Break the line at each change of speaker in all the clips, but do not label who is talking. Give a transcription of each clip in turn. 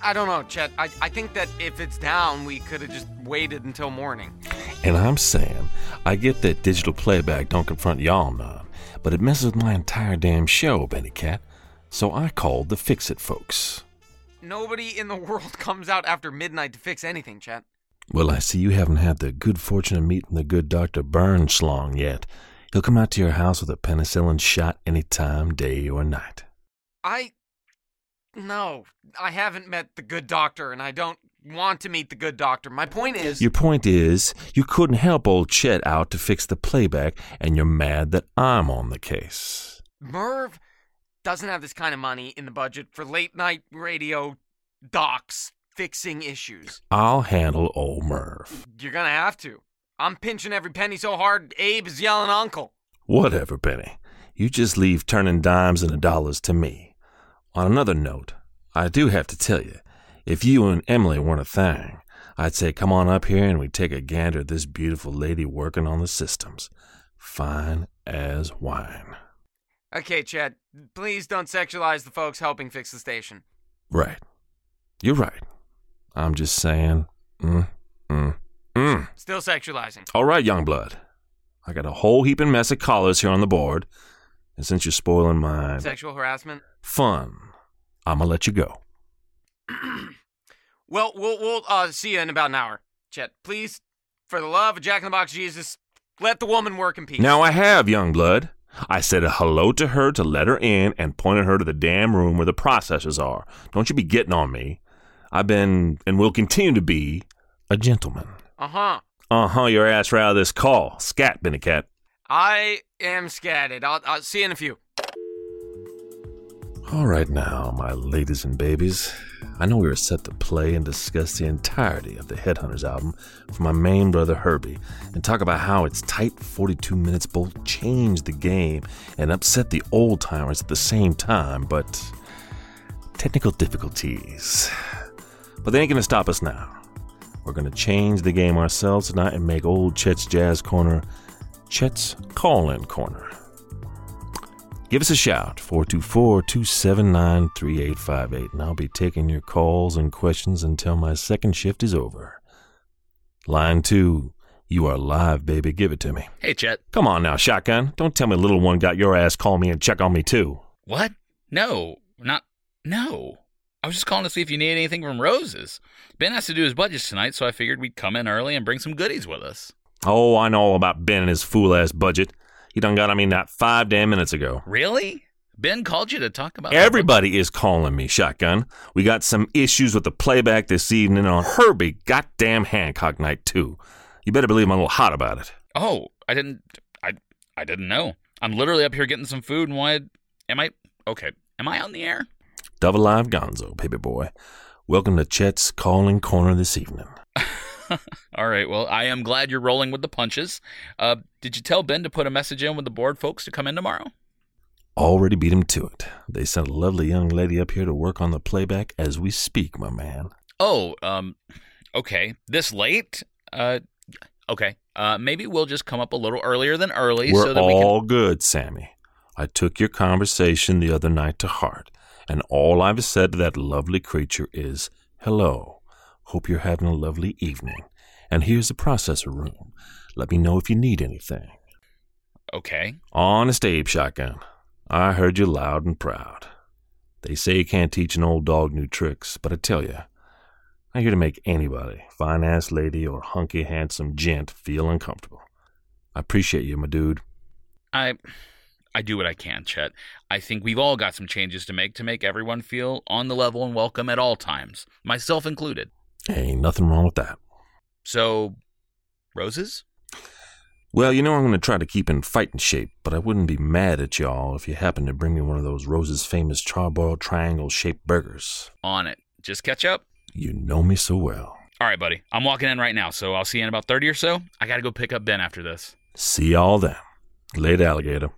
I don't know, Chet. I, I think that if it's down, we could have just waited until morning.
And I'm saying, I get that digital playback don't confront y'all none, but it messes with my entire damn show, Benny Cat. So I called the Fix It folks.
Nobody in the world comes out after midnight to fix anything, Chet.
Well, I see you haven't had the good fortune of meeting the good Dr. Burnslong yet. He'll come out to your house with a penicillin shot any time, day or night.
I. No, I haven't met the good doctor, and I don't want to meet the good doctor. My point is.
Your point is, you couldn't help old Chet out to fix the playback, and you're mad that I'm on the case.
Merv doesn't have this kind of money in the budget for late night radio docs fixing issues.
I'll handle old Merv.
You're gonna have to. I'm pinching every penny so hard, Abe is yelling uncle.
Whatever, Benny. You just leave turning dimes into dollars to me. On another note, I do have to tell you, if you and Emily weren't a thing, I'd say come on up here and we take a gander at this beautiful lady working on the systems. Fine as wine.
Okay, Chad, please don't sexualize the folks helping fix the station.
Right. You're right. I'm just saying. Mm, mm, mm.
Still sexualizing.
All right, young blood. I got a whole heaping mess of collars here on the board, and since you're spoiling my
Sexual harassment.
fun, I'ma let you go.
Well, we'll we'll uh, see you in about an hour, Chet. Please, for the love of Jack in the Box Jesus, let the woman work in peace.
Now I have, young blood. I said hello to her to let her in and pointed her to the damn room where the processors are. Don't you be getting on me. I've been and will continue to be a gentleman.
Uh huh.
Uh huh, your ass right out of this call. Scat, Benny Cat.
I am scatted. I'll, I'll see you in a few.
All right now, my ladies and babies. I know we were set to play and discuss the entirety of the Headhunters album from my main brother Herbie and talk about how its tight 42 minutes both changed the game and upset the old timers at the same time, but technical difficulties. But they ain't gonna stop us now. We're gonna change the game ourselves tonight and make old Chet's Jazz Corner Chet's Call In Corner. Give us a shout, 424 279 3858, and I'll be taking your calls and questions until my second shift is over. Line two, you are live, baby. Give it to me.
Hey, Chet.
Come on now, shotgun. Don't tell me little one got your ass call me and check on me too.
What? No, not no. I was just calling to see if you needed anything from Roses. Ben has to do his budgets tonight, so I figured we'd come in early and bring some goodies with us.
Oh, I know all about Ben and his fool ass budget. He done got on me not five damn minutes ago.
Really? Ben called you to talk about
Everybody is calling me, Shotgun. We got some issues with the playback this evening on Herbie goddamn Hancock night too. You better believe I'm a little hot about it.
Oh, I didn't. I I didn't know. I'm literally up here getting some food and wanted. Am I okay? Am I on the air?
Double Live Gonzo, baby boy. Welcome to Chet's Calling Corner this evening.
All right. Well, I am glad you're rolling with the punches. Uh, did you tell Ben to put a message in with the board folks to come in tomorrow?
Already beat him to it. They sent a lovely young lady up here to work on the playback as we speak, my man.
Oh, um, okay. This late? Uh, okay. Uh, maybe we'll just come up a little earlier than early
We're
so that we can.
all good, Sammy. I took your conversation the other night to heart, and all I've said to that lovely creature is hello. Hope you're having a lovely evening. And here's the processor room. Let me know if you need anything.
Okay.
Honest Abe Shotgun, I heard you loud and proud. They say you can't teach an old dog new tricks, but I tell you, I'm here to make anybody, fine ass lady or hunky handsome gent, feel uncomfortable. I appreciate you, my dude.
I I do what I can, Chet. I think we've all got some changes to make to make everyone feel on the level and welcome at all times, myself included.
Ain't nothing wrong with that.
So, roses?
Well, you know I'm going to try to keep in fighting shape, but I wouldn't be mad at y'all if you happened to bring me one of those Rose's famous charbroiled triangle shaped burgers.
On it. Just catch up.
You know me so well.
All right, buddy. I'm walking in right now, so I'll see you in about 30 or so. I got to go pick up Ben after this.
See y'all then. Late alligator.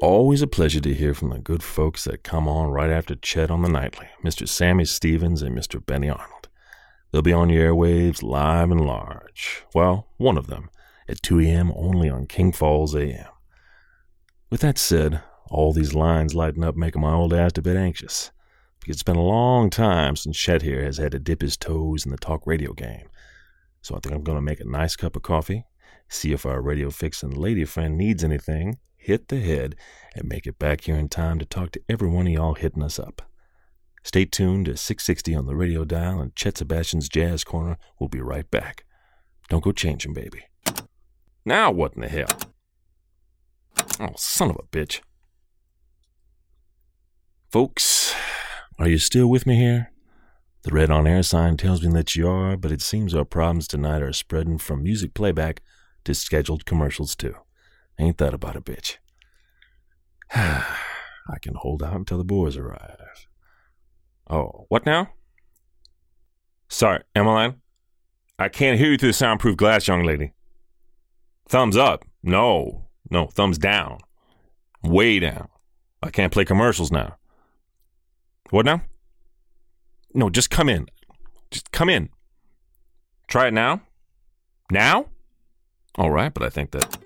Always a pleasure to hear from the good folks that come on right after Chet on the Nightly, Mr. Sammy Stevens and Mr. Benny Arnold. They'll be on your airwaves live and large. Well, one of them, at 2 a.m. only on King Falls AM. With that said, all these lines lighting up making my old ass a bit anxious. because it's been a long time since Chet here has had to dip his toes in the talk radio game. So I think I'm going to make a nice cup of coffee, see if our radio fixing lady friend needs anything, hit the head, and make it back here in time to talk to every one of y'all hitting us up. Stay tuned to 660 on the radio dial, and Chet Sebastian's Jazz Corner will be right back. Don't go changing, baby. Now what in the hell? Oh, son of a bitch. Folks, are you still with me here? The red on air sign tells me that you are, but it seems our problems tonight are spreading from music playback to scheduled commercials, too. Ain't that about a bitch? I can hold out until the boys arrive. Oh, what now? Sorry, Emmeline. I can't hear you through the soundproof glass, young lady. Thumbs up. No, no, thumbs down. Way down. I can't play commercials now. What now? No, just come in. Just come in. Try it now? Now? All right, but I think that.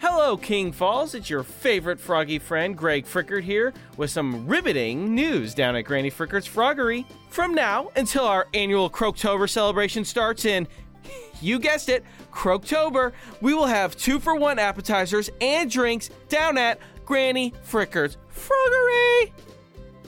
Hello, King Falls. It's your favorite froggy friend, Greg Frickert, here with some riveting news down at Granny Frickert's Froggery. From now until our annual Croaktober celebration starts in, you guessed it, Croaktober, we will have two for one appetizers and drinks down at Granny Frickert's Froggery.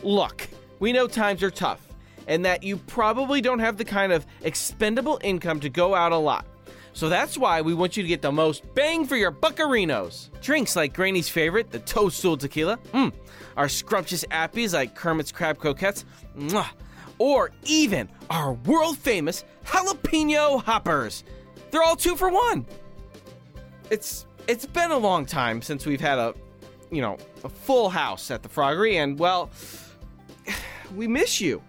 Look, we know times are tough and that you probably don't have the kind of expendable income to go out a lot. So that's why we want you to get the most bang for your buccarinos. Drinks like Granny's favorite, the Toadstool Tequila, mm, our scrumptious appies like Kermit's Crab Croquettes, mwah, or even our world famous jalapeno hoppers. They're all two for one. It's it's been a long time since we've had a, you know, a full house at the Froggery, and well, we miss you.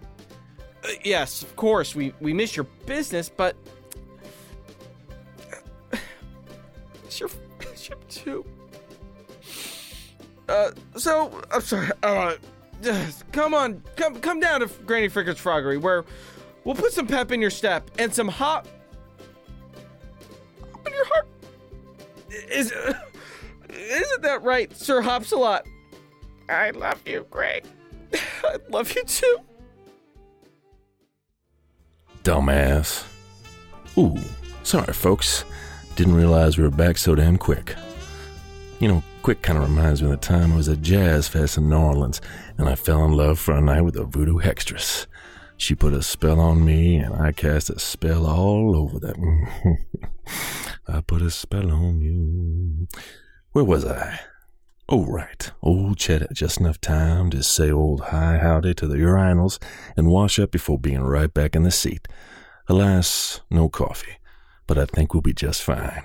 Uh, yes, of course, we we miss your business, but It's your ship too. Uh, so I'm sorry. Uh, just come on, come come down to Granny Frickert's Froggery, where we'll put some pep in your step and some hop, hop in your heart. Is isn't that right, Sir Hops a lot? I love you, Greg. I love you too.
Dumbass. Ooh, sorry, folks. Didn't realize we were back so damn quick. You know, quick kind of reminds me of the time I was at Jazz Fest in New Orleans and I fell in love for a night with a voodoo hextress. She put a spell on me and I cast a spell all over that. I put a spell on you. Where was I? Oh, right. Old Chet had just enough time to say old hi howdy to the urinals and wash up before being right back in the seat. Alas, no coffee, but I think we'll be just fine.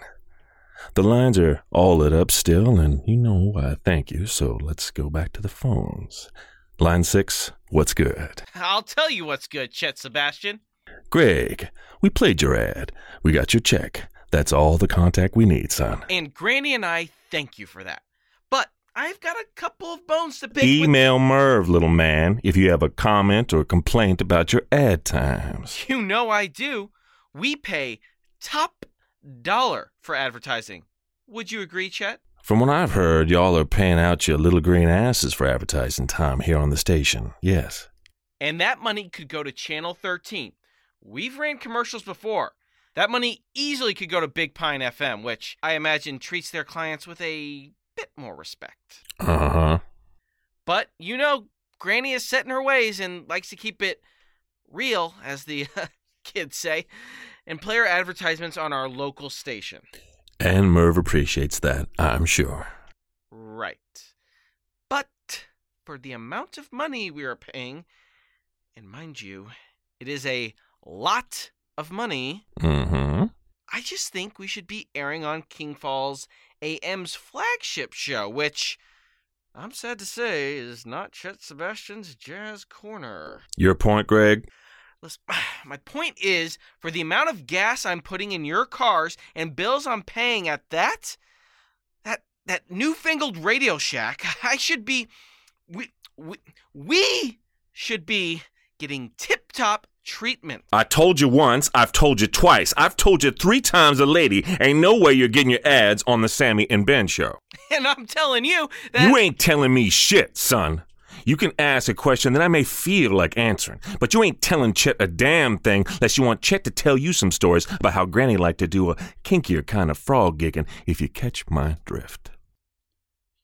The lines are all lit up still, and you know I thank you, so let's go back to the phones. Line six, what's good?
I'll tell you what's good, Chet Sebastian.
Greg, we played your ad. We got your check. That's all the contact we need, son.
And Granny and I thank you for that. But I've got a couple of bones to pick. with-
Email Merv, little man, if you have a comment or complaint about your ad times.
You know I do. We pay top dollar for advertising. Would you agree, Chet?
From what I've heard, y'all are paying out your little green asses for advertising time here on the station. Yes.
And that money could go to Channel 13. We've ran commercials before. That money easily could go to Big Pine FM, which I imagine treats their clients with a bit more respect.
Uh huh.
But you know, Granny is set in her ways and likes to keep it real, as the kids say, and play her advertisements on our local station.
And Merv appreciates that, I'm sure.
Right. But for the amount of money we are paying, and mind you, it is a lot of money,
Mm hmm.
I just think we should be airing on King Falls AM's flagship show, which I'm sad to say is not Chet Sebastian's Jazz Corner.
Your point, Greg?
Listen, my point is for the amount of gas I'm putting in your cars and bills I'm paying at that that that newfangled Radio Shack, I should be we we, we should be getting tip-top treatment.
I told you once, I've told you twice, I've told you three times a lady, ain't no way you're getting your ads on the Sammy and Ben show.
And I'm telling you that
You ain't telling me shit, son. You can ask a question that I may feel like answering, but you ain't telling Chet a damn thing unless you want Chet to tell you some stories about how Granny liked to do a kinkier kind of frog gigging, if you catch my drift.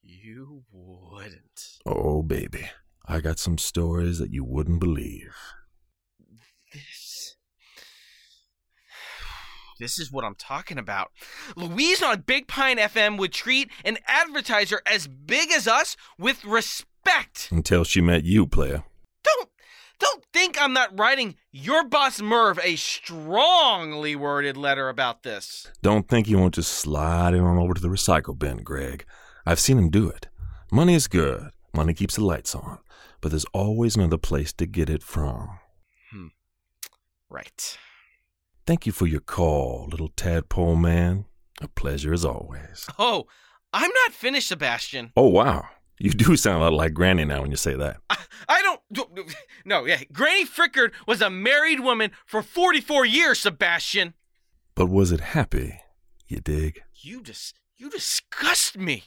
You wouldn't.
Oh, baby, I got some stories that you wouldn't believe.
This. This is what I'm talking about. Louise on Big Pine FM would treat an advertiser as big as us with respect.
Until she met you, player.
Don't don't think I'm not writing your boss Merv a strongly worded letter about this.
Don't think you won't just slide it on over to the recycle bin, Greg. I've seen him do it. Money is good. Money keeps the lights on. But there's always another place to get it from.
Right.
Thank you for your call, little tadpole man. A pleasure as always.
Oh, I'm not finished, Sebastian.
Oh, wow. You do sound a lot like Granny now when you say that.
I, I don't. No, yeah. Granny Frickard was a married woman for 44 years, Sebastian.
But was it happy? You dig?
You dis, you disgust me.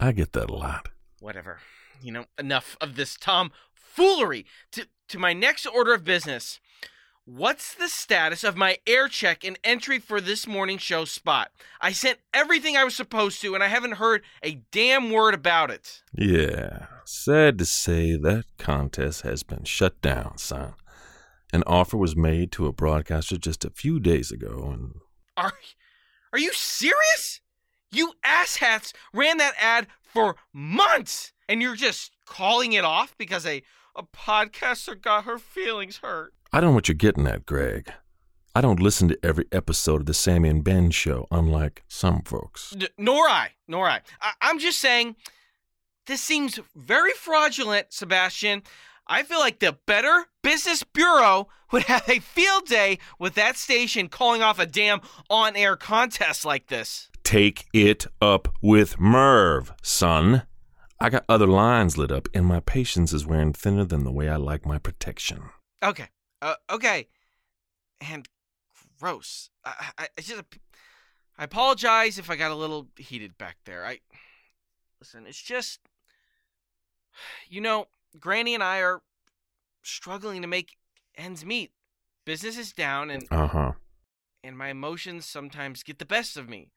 I get that a lot.
Whatever. You know, enough of this tomfoolery. To to my next order of business. What's the status of my air check and entry for this morning show spot? I sent everything I was supposed to, and I haven't heard a damn word about it.
Yeah. Sad to say that contest has been shut down, son. An offer was made to a broadcaster just a few days ago, and
Are are you serious? You asshats ran that ad for months and you're just calling it off because a, a podcaster got her feelings hurt.
I don't know what you're getting at, Greg. I don't listen to every episode of the Sammy and Ben show, unlike some folks.
N- nor I, nor I. I. I'm just saying this seems very fraudulent, Sebastian. I feel like the Better Business Bureau would have a field day with that station calling off a damn on air contest like this.
Take it up with Merv, son. I got other lines lit up, and my patience is wearing thinner than the way I like my protection.
Okay. Uh, okay. And gross. I, I, I just. I apologize if I got a little heated back there. I. Listen, it's just. You know, Granny and I are struggling to make ends meet. Business is down, and,
Uh huh.
and my emotions sometimes get the best of me.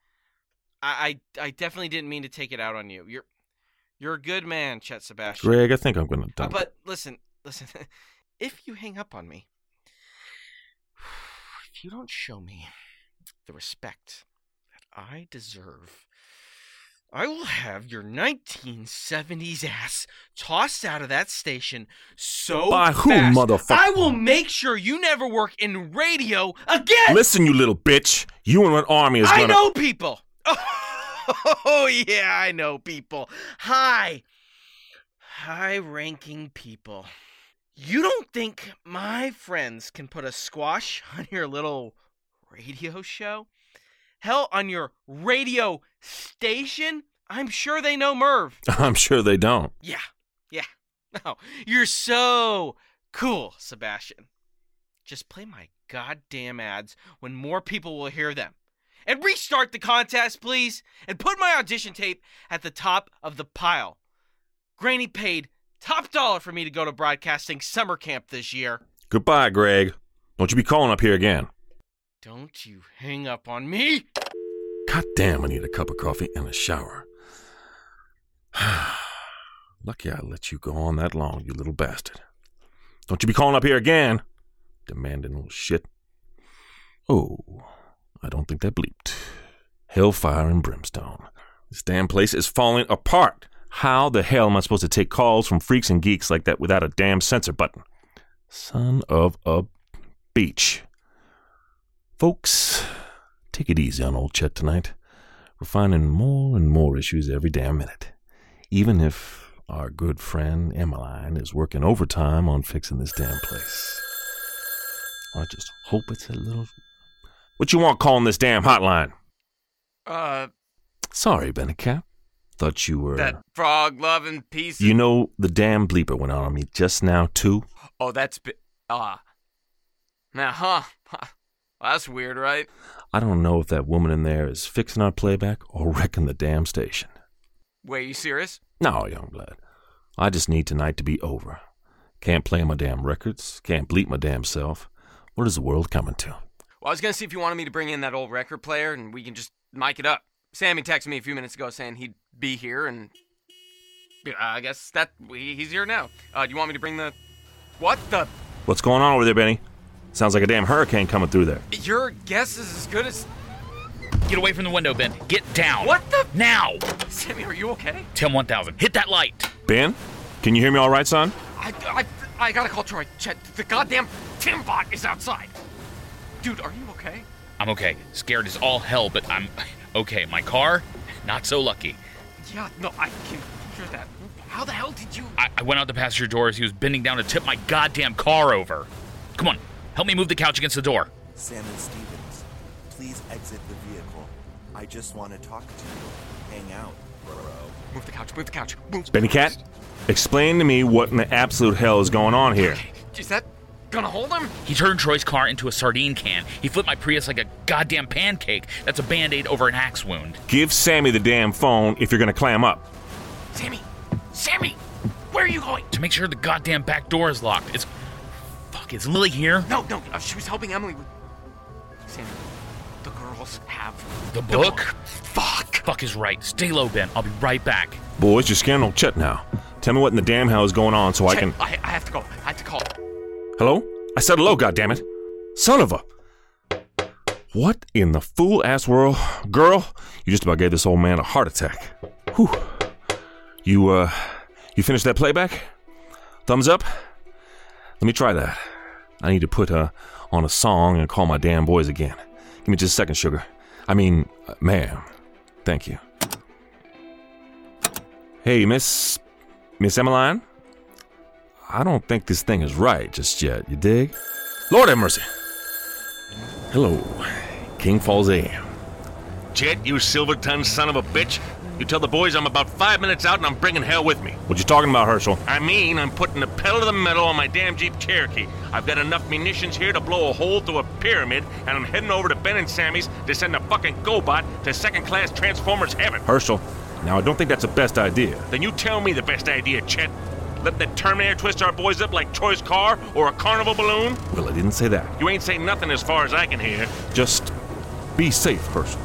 I, I I definitely didn't mean to take it out on you. You're you're a good man, Chet Sebastian.
Greg, I think I'm going to
Uh,
dump it.
but listen, listen. if you hang up on me, if you don't show me the respect that I deserve, I will have your 1970s ass tossed out of that station so
By who,
fast,
motherfucker?
I will make sure you never work in radio again.
Listen, you little bitch. You and an army is
I
going to.
know people. Oh, yeah, I know people. High, high ranking people. You don't think my friends can put a squash on your little radio show? Hell, on your radio station? I'm sure they know Merv.
I'm sure they don't.
Yeah, yeah. No, you're so cool, Sebastian. Just play my goddamn ads when more people will hear them. And restart the contest, please, and put my audition tape at the top of the pile. Granny paid top dollar for me to go to broadcasting summer camp this year.
Goodbye, Greg. Don't you be calling up here again.
Don't you hang up on me!
God damn, I need a cup of coffee and a shower. Lucky I let you go on that long, you little bastard. Don't you be calling up here again, demanding old shit. Oh, I don't think that bleeped. Hellfire and brimstone. This damn place is falling apart. How the hell am I supposed to take calls from freaks and geeks like that without a damn censor button? Son of a beach. Folks, Take it easy on old Chet tonight. We're finding more and more issues every damn minute. Even if our good friend Emmeline is working overtime on fixing this damn place. I just hope it's a little. What you want calling this damn hotline?
Uh,
Sorry, Benicap. Thought you were.
frog loving piece.
You know, the damn bleeper went out on me just now, too.
oh, that's. Bi- ah. now, huh? That's weird, right?
I don't know if that woman in there is fixing our playback or wrecking the damn station.
Wait, you serious?
No, young blood. I just need tonight to be over. Can't play my damn records. Can't bleep my damn self. What is the world coming to?
Well, I was gonna see if you wanted me to bring in that old record player and we can just mic it up. Sammy texted me a few minutes ago saying he'd be here, and Yeah, I guess that he- he's here now. Uh, do you want me to bring the? What the?
What's going on over there, Benny? Sounds like a damn hurricane coming through there.
Your guess is as good as.
Get away from the window, Ben. Get down.
What the?
Now!
Sammy, are you okay?
Tim 1000, hit that light.
Ben? Can you hear me all right, son?
I, I, I gotta call Troy. Chet, the goddamn Timbot is outside. Dude, are you okay?
I'm okay. Scared as all hell, but I'm okay. My car, not so lucky.
Yeah, no, I can hear that. How the hell did you?
I, I went out the passenger door as he was bending down to tip my goddamn car over. Come on, help me move the couch against the door.
Sam and Stevens, please exit the vehicle. I just want to talk to you. Hang out, bro.
Move the couch. Move the couch. Move.
Benny Cat? Explain to me what in the absolute hell is going on here.
Is that gonna hold him?
He turned Troy's car into a sardine can. He flipped my Prius like a goddamn pancake. That's a band aid over an axe wound.
Give Sammy the damn phone if you're gonna clam up.
Sammy, Sammy, where are you going?
To make sure the goddamn back door is locked. It's. Fuck, is Lily here?
No, no, uh, she was helping Emily with. Sammy, the girls have
The book?
Fuck.
Fuck is right. Stay low, Ben. I'll be right back.
Boys, you're scaring old Chet now. Tell me what in the damn hell is going on so I
Chet,
can.
I, I have to go. I have to call.
Hello? I said hello, goddammit. Son of a. What in the fool ass world? Girl, you just about gave this old man a heart attack. Whew. You, uh, you finished that playback? Thumbs up? Let me try that. I need to put, uh, on a song and call my damn boys again. Give me just a second, sugar. I mean, uh, ma'am. Thank you. Hey, Miss. Miss Emmeline? I don't think this thing is right just yet, you dig? Lord have mercy. Hello, King Falls AM.
Jet, you silver tongued son of a bitch. You tell the boys I'm about five minutes out and I'm bringing hell with me.
What you talking about, Herschel?
I mean, I'm putting the pedal to the metal on my damn Jeep Cherokee. I've got enough munitions here to blow a hole through a pyramid, and I'm heading over to Ben and Sammy's to send a fucking GoBot to second class Transformers Heaven.
Herschel, now I don't think that's the best idea.
Then you tell me the best idea, Chet. Let the Terminator twist our boys up like Troy's car or a carnival balloon?
Well, I didn't say that.
You ain't saying nothing as far as I can hear.
Just be safe, Herschel.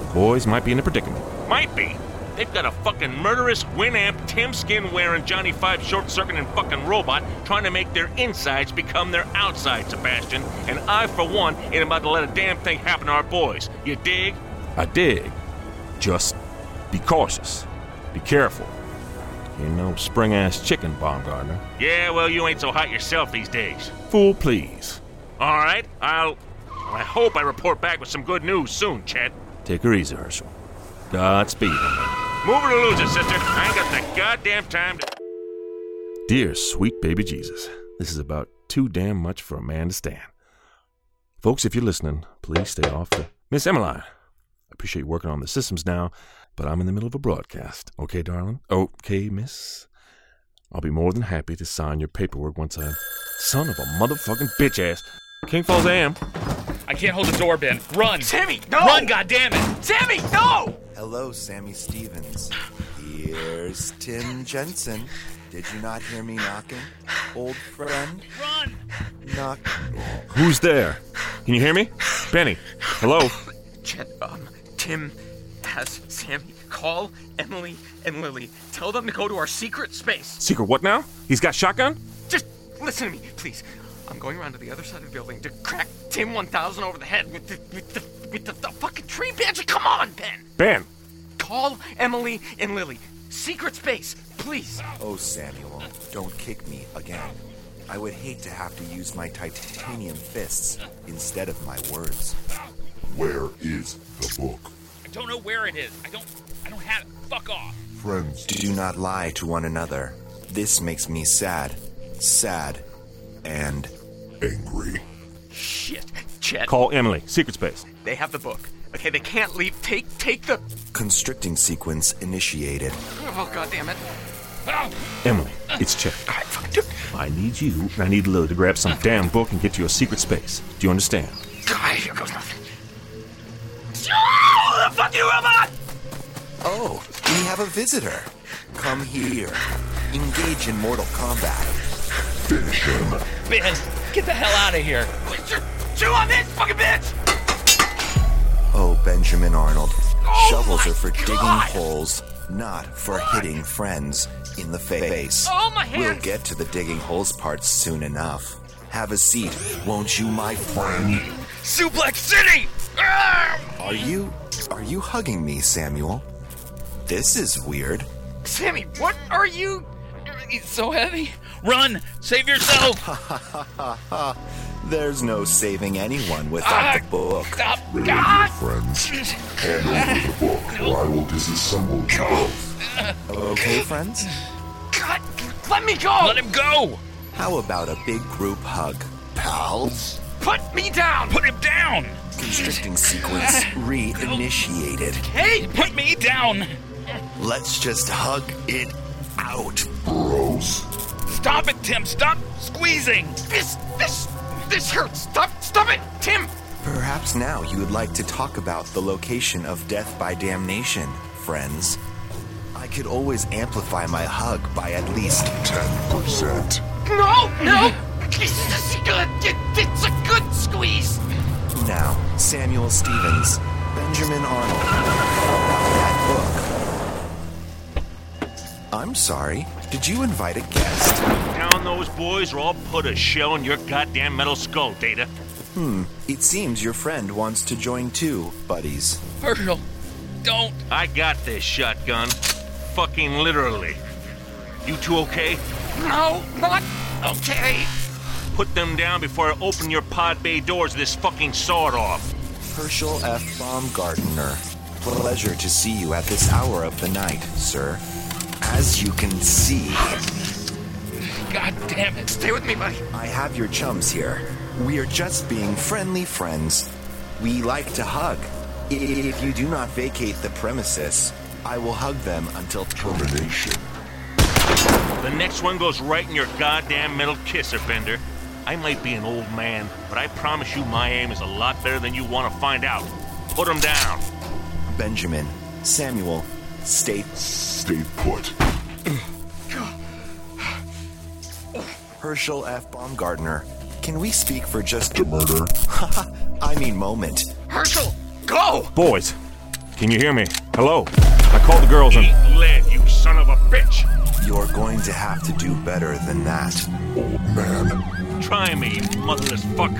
The boys might be in a predicament.
Might be. They've got a fucking murderous, Winamp, Tim Skin wearing Johnny Five short circuiting fucking robot trying to make their insides become their outside, Sebastian. And I, for one, ain't about to let a damn thing happen to our boys. You dig?
I dig. Just be cautious. Be careful. You know, spring ass chicken, Baumgartner.
Yeah, well, you ain't so hot yourself these days.
Fool, please.
All right, I'll. I hope I report back with some good news soon, Chet.
Take her easy, Herschel. Godspeed.
Move it or lose it, sister. I ain't got the goddamn time to.
Dear sweet baby Jesus, this is about too damn much for a man to stand. Folks, if you're listening, please stay off the. Miss Emmeline, I appreciate you working on the systems now, but I'm in the middle of a broadcast. Okay, darling? Okay, miss? I'll be more than happy to sign your paperwork once I'm. Son of a motherfucking bitch ass. King Falls AM.
I can't hold the door, Ben. Run!
Sammy, no!
Run, goddammit!
Sammy, no!
Hello, Sammy Stevens. Here's Tim Jensen. Did you not hear me knocking? Old friend,
Run!
knock.
Who's there? Can you hear me? Benny. Hello?
Chet, um, Tim has Sammy call Emily and Lily. Tell them to go to our secret space.
Secret what now? He's got shotgun?
Just listen to me, please. I'm going around to the other side of the building to crack Tim 1000 over the head with the with the with the, the fucking tree branch. Come on, Ben.
Ben.
Call Emily and Lily. Secret space, please.
Oh, Samuel, don't kick me again. I would hate to have to use my titanium fists instead of my words.
Where is the book?
I don't know where it is. I don't. I don't have it. Fuck off.
Friends,
Do not lie to one another. This makes me sad. Sad. And
angry.
Shit, Chet.
Call Emily. Secret space.
They have the book. Okay, they can't leave. Take take the.
constricting sequence initiated.
Oh God damn it! Oh,
Emily, it's Chet.
I fucking do.
I need you, and I need Lily to grab some damn book and get to your secret space. Do you understand?
God, here goes nothing. Oh, the fucking robot!
Oh, we have a visitor. Come here. Engage in mortal combat.
Finish him.
Ben, get the hell out of here.
Chew on this fucking bitch!
Oh, Benjamin Arnold. Shovels
Oh my
are for digging
God!
holes, not for hitting friends in the face.
Oh, my
We'll
hands!
get to the digging holes part soon enough. Have a seat, won't you, my friend?
Suplex City!
Ah!
Are you. Are you hugging me, Samuel? This is weird.
Sammy, what are you?
It's so heavy. Run! Save yourself!
There's no saving anyone without
Ah!
the book.
Stop!
Relate your friends. Hand over the book, or I will disassemble you both.
Okay, friends?
God, let me go!
Let him go!
How about a big group hug? Pals?
Put me down!
Put him down!
Constricting sequence reinitiated.
Hey!
Put me down!
Let's just hug it out.
Bros.
Stop it, Tim! Stop squeezing!
This, this, this hurts! Stop, stop it! Tim!
Perhaps now you would like to talk about the location of death by damnation, friends. I could always amplify my hug by at least.
10%.
No, no! This is good, it, it's a good squeeze!
Now, Samuel Stevens, Benjamin Arnold. About that book. I'm sorry, did you invite a guest?
Down those boys, or I'll put a shell in your goddamn metal skull, Data.
It seems your friend wants to join too, buddies.
Herschel, don't!
I got this shotgun. Fucking literally. You two okay?
No, not okay!
Put them down before I open your pod bay doors this fucking sawed off.
Herschel F. Baumgartner. Pleasure to see you at this hour of the night, sir. As you can see,
God damn it!
Stay with me, buddy.
I have your chums here. We are just being friendly friends. We like to hug. I- If you do not vacate the premises, I will hug them until
Termination.
The next one goes right in your goddamn metal kisser, Bender. I might be an old man, but I promise you my aim is a lot better than you want to find out. Put them down.
Benjamin, Samuel, State.
Stay put.
Herschel F. Baumgartner. Can we speak for just
To murder.
I mean moment?
Herschel, go!
Boys, can you hear me? Hello? I called the girls and.
Eat lead, you son of a bitch.
You're going to have to do better than that.
Old man.
Try me, you motherless fuck.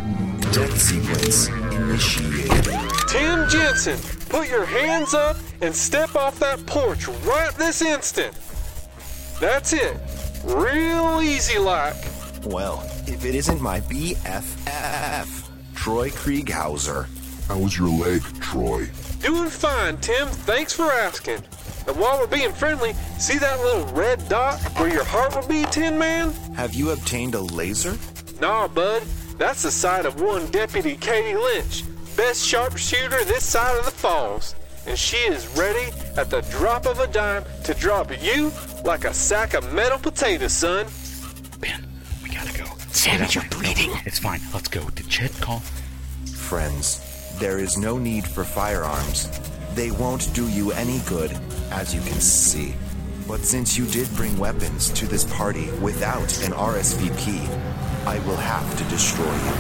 Death sequence initiated.
Tim Jensen, put your hands up and step off that porch right this instant. That's it. Real easy like.
Well, if it isn't my BFF, Troy Krieghauser.
How's your leg, Troy?
Doing fine, Tim. Thanks for asking. And while we're being friendly, see that little red dot where your heart would be, Tin Man?
Have you obtained a laser?
Nah, bud. That's the side of one Deputy Katie Lynch, best sharpshooter this side of the falls. And she is ready at the drop of a dime to drop you like a sack of metal potatoes, son.
Ben, we gotta go. Sam, you're bleeding. it's fine. Let's go. Did Chet call?
Friends, there is no need for firearms. They won't do you any good, as you can see. But since you did bring weapons to this party without an RSVP, I will have to destroy you.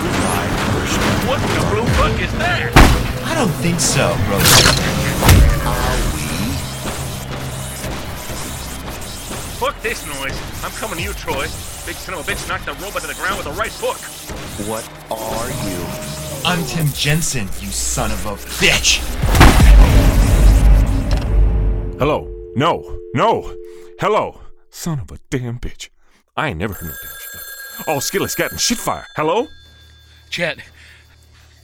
Goodbye, Herschel.
What the blue fuck is that?
I don't think so, Rosa. Are we?
Fuck this noise. I'm coming to you, Troy. Big son of a bitch knocked the robot to the ground with a right hook.
What are you? I'm Tim Jensen, you son of a bitch!
Hello? No, no! Hello! Son of a damn bitch. I ain't never heard no damn shit. Oh, Skillet's getting shit fire. Hello?
Chet,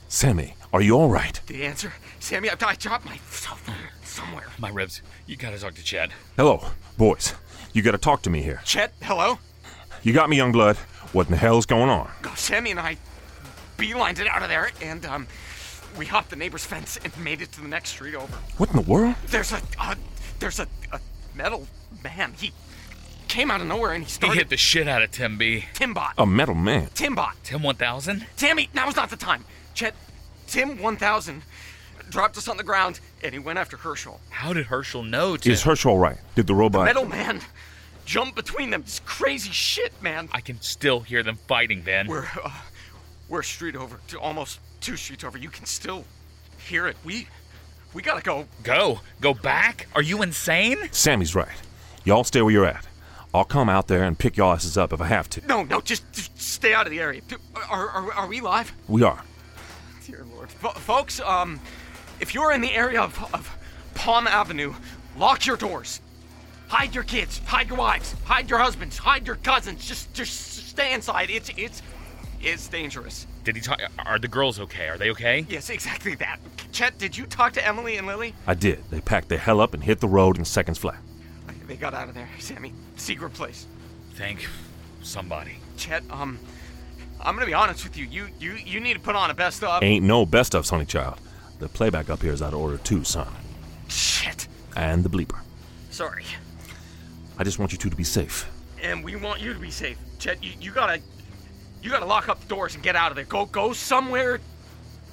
Sammy, are you all right?
The answer? Sammy, I, I dropped myself somewhere.
my ribs. You gotta talk to Chet.
Hello, boys. You gotta talk to me here.
Chet, hello?
You got me, Youngblood. What in the hell's going on?
Sammy and I beelined it out of there, and um, we hopped the neighbor's fence and made it to the next street over.
What in the world?
There's a, uh, there's a, a metal man. He came out of nowhere and he
He
started
hit the shit out of Tim B.
Timbot.
A metal man.
Timbot.
Tim 1000?
Sammy, now's not the time. Chet, Tim 1000. dropped us on the ground, and he went after Herschel.
How did Herschel know to?
Is Herschel all right? Did the robot?
Metal Man jumped between them. It's crazy shit, man.
I can still hear them fighting, Van.
We're uh, we're a street over, to almost two streets over. You can still hear it. We we gotta go.
Go. Go back? Are you insane?
Sammy's right. Y'all stay where you're at. I'll come out there and pick y'all asses up if I have to.
No, no, just, just stay out of the area. Do- Are, are, are we live?
We are.
Dear Lord, Fo- folks. Um, if you're in the area of, of Palm Avenue, lock your doors. Hide your kids. Hide your wives. Hide your husbands. Hide your cousins. Just just stay inside. It's it's it's dangerous.
Did he talk? Are the girls okay? Are they okay?
Yes, exactly that. Chet, did you talk to Emily and Lily?
I did. They packed the hell up and hit the road in seconds flat.
They got out of there, Sammy. Secret place.
Thank somebody.
Chet, um, I'm gonna be honest with you. You you you need to put on a best of.
Ain't no best of, Sonny Child. The playback up here is out of order too, son.
Shit.
And the bleeper.
Sorry.
I just want you two to be safe.
And we want you to be safe, Chet. You, you gotta you gotta lock up the doors and get out of there. Go go somewhere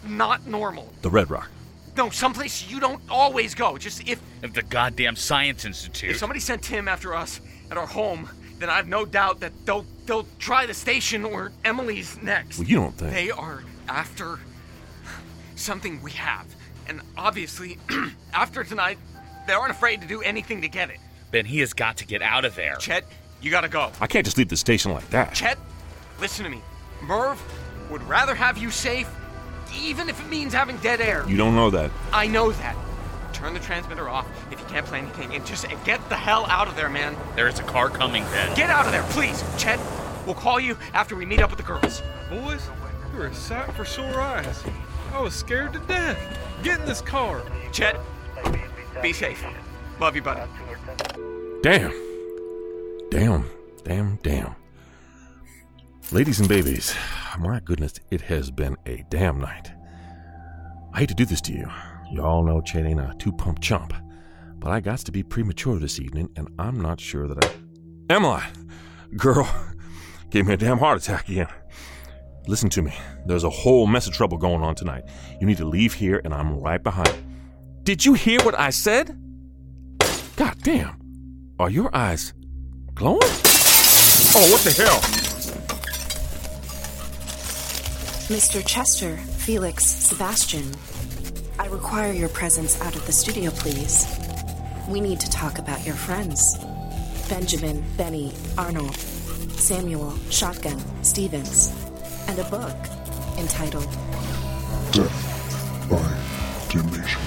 not normal.
The Red Rock.
No, someplace you don't always go. Just if
At the goddamn science institute.
if somebody sent Tim after us at our home, then I've no doubt that they'll they'll try the station or Emily's next.
Well, you don't think.
They are after something we have. And obviously, after tonight, they aren't afraid to do anything to get it.
Ben, he has got to get out of there.
Chet, you gotta go.
I can't just leave the station like that.
Chet, listen to me. Merv would rather have you safe, even if it means having dead air.
You don't know that.
I know that. Turn the transmitter off if you can't play anything and just and get the hell out of there, man.
There is a car coming, Ben.
Get out of there, please. Chet, we'll call you after we meet up with the girls.
Boys, you were a sight for sore eyes. I was scared to death. Get in this car.
Chet, be safe. Love you, buddy.
Damn. Damn. Damn. Damn. Ladies and babies, my goodness, it has been a damn night. I hate to do this to you. Y'all know Chet ain't a two pump chump, but I got to be premature this evening, and I'm not sure that I. Emily! Girl, gave me a damn heart attack again. Listen to me. There's a whole mess of trouble going on tonight. You need to leave here, and I'm right behind. Did you hear what I said? God damn. Are your eyes glowing? Oh, what the hell?
Mr. Chester, Felix, Sebastian, I require your presence out of the studio, please. We need to talk about your friends Benjamin, Benny, Arnold, Samuel, Shotgun, Stevens, and a book entitled
Death by damnation.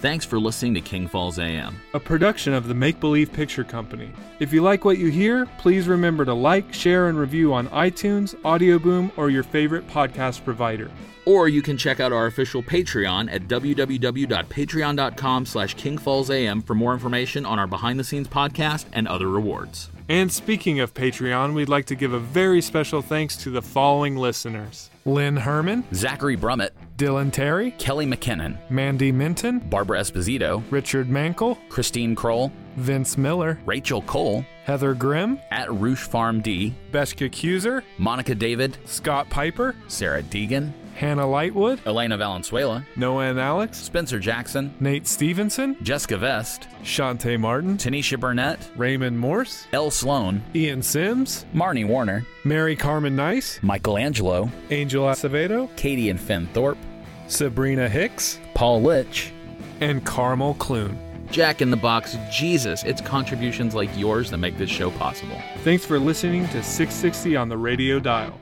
Thanks for listening to King Falls AM.
a production of the Make Believe Picture Company. If you like what you hear, please remember to like, share, and review on iTunes, Audioboom, or your favorite podcast provider.
Or you can check out our official Patreon at www.patreon.com slash kingfallsam for more information on our behind-the-scenes podcast and other rewards.
And speaking of Patreon, we'd like to give a very special thanks to the following listeners Lynn Herman,
Zachary Brummett,
Dylan Terry,
Kelly McKinnon,
Mandy Minton,
Barbara Esposito,
Richard Mankel,
Christine Kroll,
Vince Miller,
Rachel Cole,
Heather Grimm,
at Roosh Farm D,
Beshka Cuser,
Monica David,
Scott Piper,
Sarah Deegan,
Hannah Lightwood,
Elena Valenzuela,
Noah and Alex,
Spencer Jackson,
Nate Stevenson,
Jessica Vest,
Shantae Martin,
Tanisha Burnett,
Raymond Morse,
Elle Sloan,
Ian Sims,
Marnie Warner,
Mary Carmen Nice,
Michelangelo,
Angel Acevedo,
Katie and Finn Thorpe,
Sabrina Hicks,
Paul Litch,
and Carmel Clune.
Jack in the Box, Jesus, it's contributions like yours that make this show possible.
Thanks for listening to 660 on the radio dial.